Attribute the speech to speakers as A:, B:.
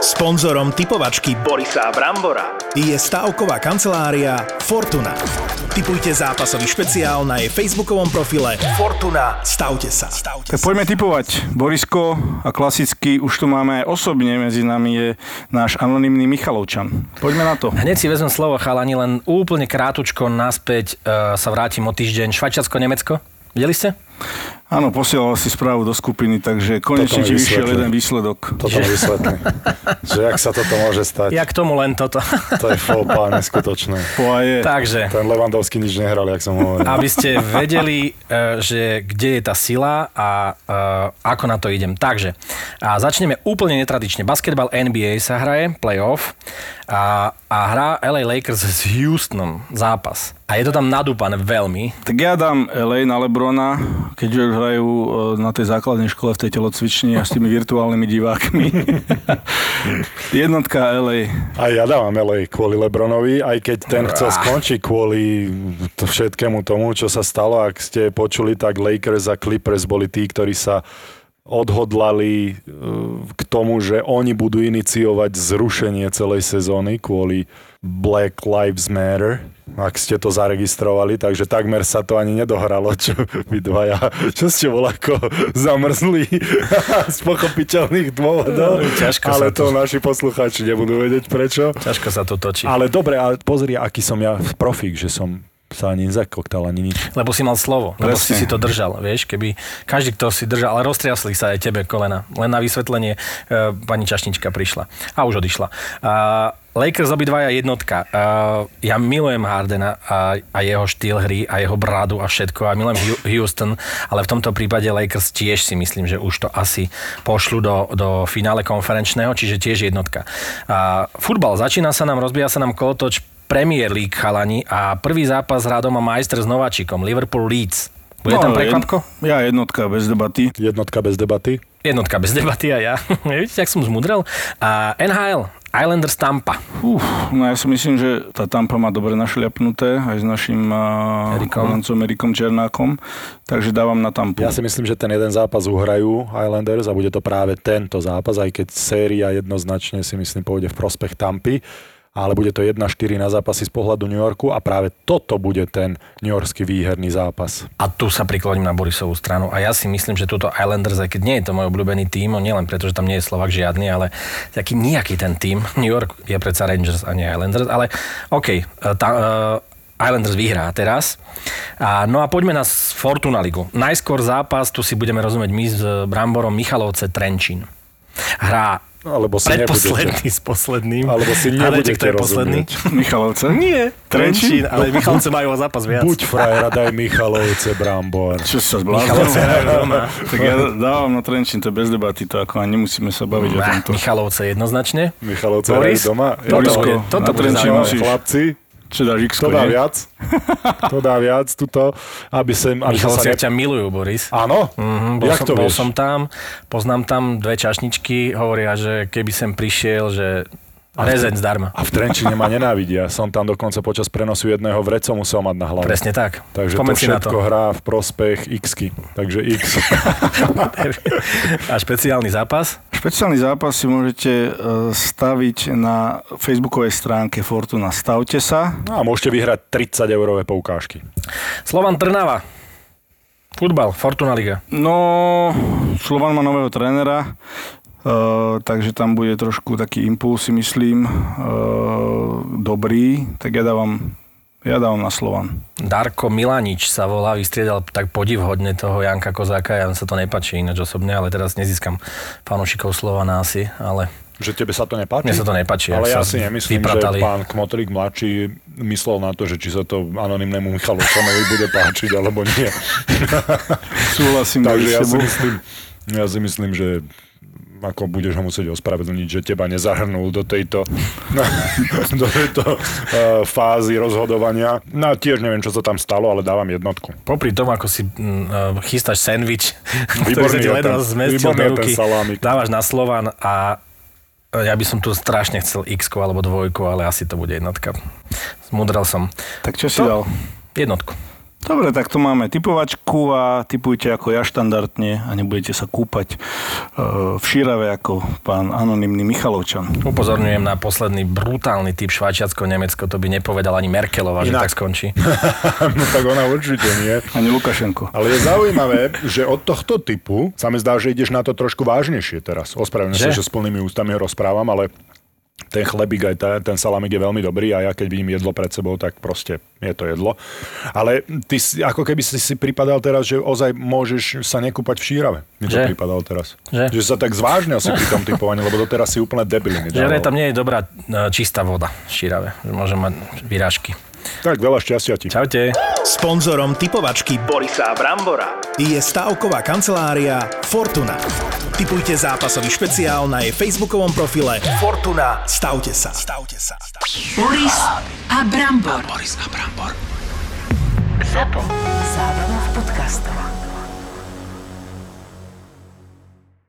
A: Sponzorom typovačky Borisa Brambora je stavková kancelária Fortuna. Typujte zápasový špeciál na jej facebookovom profile Fortuna. Stavte sa. Stavte
B: Tak poďme typovať. Borisko a klasicky už tu máme aj osobne, medzi nami je náš anonymný Michalovčan. Poďme na to.
C: Hneď si vezmem slovo, chalani, len úplne krátučko naspäť e, sa vrátim o týždeň. Švajčiarsko, Nemecko. Videli ste?
B: Áno, posielal si správu do skupiny, takže konečne
D: Toto
B: ti
D: mi
B: vyšiel
D: vysvetli.
B: jeden výsledok.
D: Toto mi vysvetli. že jak sa toto môže stať.
C: Ja k tomu len toto.
D: To je faux pas, neskutočné.
B: Poaje.
C: Takže,
D: Ten Levandovský nič nehral, jak som hovoril.
C: aby ste vedeli, e, že kde je tá sila a e, ako na to idem. Takže, a začneme úplne netradične. Basketbal NBA sa hraje, playoff, a, a hrá LA Lakers s Houstonom zápas. A je to tam nadúpané veľmi.
B: Tak ja dám LA na Lebrona, keďže už hrajú e, na tej základnej škole v tej telocvični a s tými virtuálnymi divákmi. Jednotka LA.
D: Aj ja dávam LA kvôli Lebronovi, aj keď ten chcel skončiť kvôli to všetkému tomu, čo sa stalo. Ak ste počuli, tak Lakers a Clippers boli tí, ktorí sa odhodlali eh, k tomu, že oni budú iniciovať zrušenie celej sezóny kvôli Black Lives Matter, ak ste to zaregistrovali, takže takmer sa to ani nedohralo, čo vy dvaja, čo ste bol ako zamrzli z pochopiteľných dôvodov,
C: No, ťažko sa
D: ale
C: to-
D: to naši poslucháči nebudú vedieť prečo.
C: Ťažko sa to točí.
D: Ale dobre, ale pozri, aký som ja profík, že som sa ani nezakoktal, ani nič.
C: Lebo si mal slovo, lebo si
B: Presne.
C: si to držal, vieš, keby každý, kto si držal, ale roztriasli sa aj tebe kolena. Len na vysvetlenie e, pani Čašnička prišla a už odišla. A Lakers obidvaja jednotka. A ja milujem Hardena a, a jeho štýl hry a jeho bradu a všetko a milujem Hu- Houston, ale v tomto prípade Lakers tiež si myslím, že už to asi pošlu do, do finále konferenčného, čiže tiež jednotka. A futbal začína sa nám, rozbíja sa nám kolotoč Premier League chalani a prvý zápas hrá doma Majster s Nováčikom, Liverpool Leeds. Bude No, tam
B: ale
C: prekvapko?
B: No, Jed, ja jednotka, bez debaty.
D: Jednotka bez debaty.
C: Jednotka bez debaty a ja. Vidíte, ak som zmudrel. A NHL, Islanders Tampa.
B: Uf, no ja si myslím, že tá Tampa má dobre našliapnuté aj s našim uh,
C: Erikom.
B: Kolancom Erikom Černákom, takže dávam na Tampu.
D: Ja si myslím, že ten jeden zápas uhrajú Islanders a bude to práve tento zápas, aj keď séria jednoznačne si myslím pôjde v prospech Tampy, ale bude to 1-4 na zápasy z pohľadu New Yorku a práve toto bude ten New Yorkský výherný zápas.
C: A tu sa prikloním na Borisovú stranu. A ja si myslím, že túto Islanders, aj keď nie je to môj obľúbený tím, on nielen preto, že tam nie je Slovak žiadny, ale taký nejaký ten tím. New York je predsa Rangers a nie Islanders, ale OK, e, tá, e, Islanders vyhrá teraz. A, no a poďme na s- Fortuna Ligu. Najskôr zápas, tu si budeme rozumieť my s e, Bramborom Michalovce Trenčín. Hrá
D: Alebo si nebudete.
C: predposledný s posledným.
D: Alebo si
C: Hádajte,
D: nebudete
C: kto je posledný?
D: rozumieť.
B: Michalovce?
C: Nie,
B: Trenčín?
C: Trenčín, ale Michalovce majú o zápas viac.
D: Buď frajera, daj Michalovce Brambor.
B: Čo sa zbláznil?
C: Michalovce hrajú doma.
B: Tak ja dávam na Trenčín, to je bez debaty, to ako ani nemusíme sa baviť o
C: Ah,
B: tomto.
C: Michalovce jednoznačne.
D: Michalovce
C: Boris?
D: hrajú doma.
C: Toto
D: Jorisko,
C: bude- toto
D: na
C: bude
D: Trenčín
B: zaujímavé.
D: musíš. Chlapci,
B: Čo dáš x
D: To dá viac. To dá viac, tuto, aby sem... Aby som
C: Michalovci
D: sa ne...
C: ťa milujú, Boris.
D: Áno?
C: Mhm, bol,
D: Jak
C: som,
D: to
C: bol
D: vieš?
C: som tam, poznám tam dve čašničky, hovoria, že keby sem prišiel, že rezeň zdarma.
D: A v Trenčine ma nenávidia. Som tam dokonca počas prenosu jedného vreco musel mať na hlavu.
C: Presne tak.
D: Takže
C: Spomeň
D: to
C: si na to.
D: všetko hrá v prospech x Takže X.
C: A špeciálny zápas.
B: Špeciálny zápas si môžete e, staviť na facebookovej stránke Fortuna. Stavte sa.
D: No a môžete vyhrať 30 eurové poukážky.
C: Slovan Trnava. Futbal, Fortuna Liga.
B: No, Slovan má nového trénera, e, takže tam bude trošku taký impuls, si myslím, e, dobrý. Tak ja dávam, ja dávam na Slovan.
C: Darko Milanič sa volá, vystriedal tak podivhodne toho Janka Kozáka, ja sa to nepáči ináč osobne, ale teraz nezískam fanúšikov Slovana asi, ale
D: Že tebe sa to nepáči?
C: mne sa to nepáči.
D: Ale
C: ak
D: ja
C: sa
D: si nemyslím,
C: vypratali.
D: že pán Kmotrik mladší myslel na to, že či sa to anonimnému Michalovcovi bude páčiť, alebo nie.
B: Súhlasím
D: Takže ja
B: s
D: si
B: tebou.
D: myslím, ja si myslím, že ako budeš ho musieť ospravedlniť, že teba nezahrnul do tejto, do tejto eh, fázy rozhodovania. No a tiež neviem, čo sa tam stalo, ale dávam jednotku.
C: Popri tom, ako si mm, e, chystáš sandvič, ktorý sa
D: Výborný
C: ti
D: je
C: ledva
D: ten-
C: zmestil
D: výborný
C: do
D: je ten
C: ruky,
D: salámik.
C: dávaš na Slovan a e, ja by som tu strašne chcel x alebo dvojku, ale asi to bude jednotka. Zmudrel som.
B: Tak čo si dal?
C: Jednotku.
B: Dobre, tak tu máme typovačku a typujte ako ja štandardne a nebudete sa kúpať e, v šírave ako pán anonymný Michalovčan.
C: Upozorňujem na posledný brutálny typ Švajčiarsko-Nemecko, to by nepovedal ani Merkelová, že
D: Inak.
C: tak skončí.
D: no tak ona určite nie.
B: Ani Lukašenko.
D: Ale je zaujímavé, že od tohto typu sa mi zdá, že ideš na to trošku vážnejšie teraz. Ospravedlňujem sa,
C: Že?
D: že s plnými ústami rozprávam, ale ten chlebík aj tá, ten salamík je veľmi dobrý a ja keď vidím jedlo pred sebou, tak proste je to jedlo. Ale ty si, ako keby si si pripadal teraz, že ozaj môžeš sa nekúpať v šírave. Mi to
C: Že?
D: pripadal teraz.
C: Že?
D: že sa tak zvážnil si pri tom typovaní, lebo doteraz si úplne debil. mi
C: Že vraj
D: dával.
C: tam nie je dobrá e, čistá voda v šírave, že môže mať vyrážky.
D: Tak veľa šťastia ti.
C: Čaute.
A: Sponzorom typovačky Borisa Brambora je stavková kancelária Fortuna. Typujte zápasový špeciál na jej facebookovom profile Fortuna. Stavte sa. Stavte sa.
E: Boris a Brambor. Boris a Brambor. Zapo. Zábrná v podcastovách.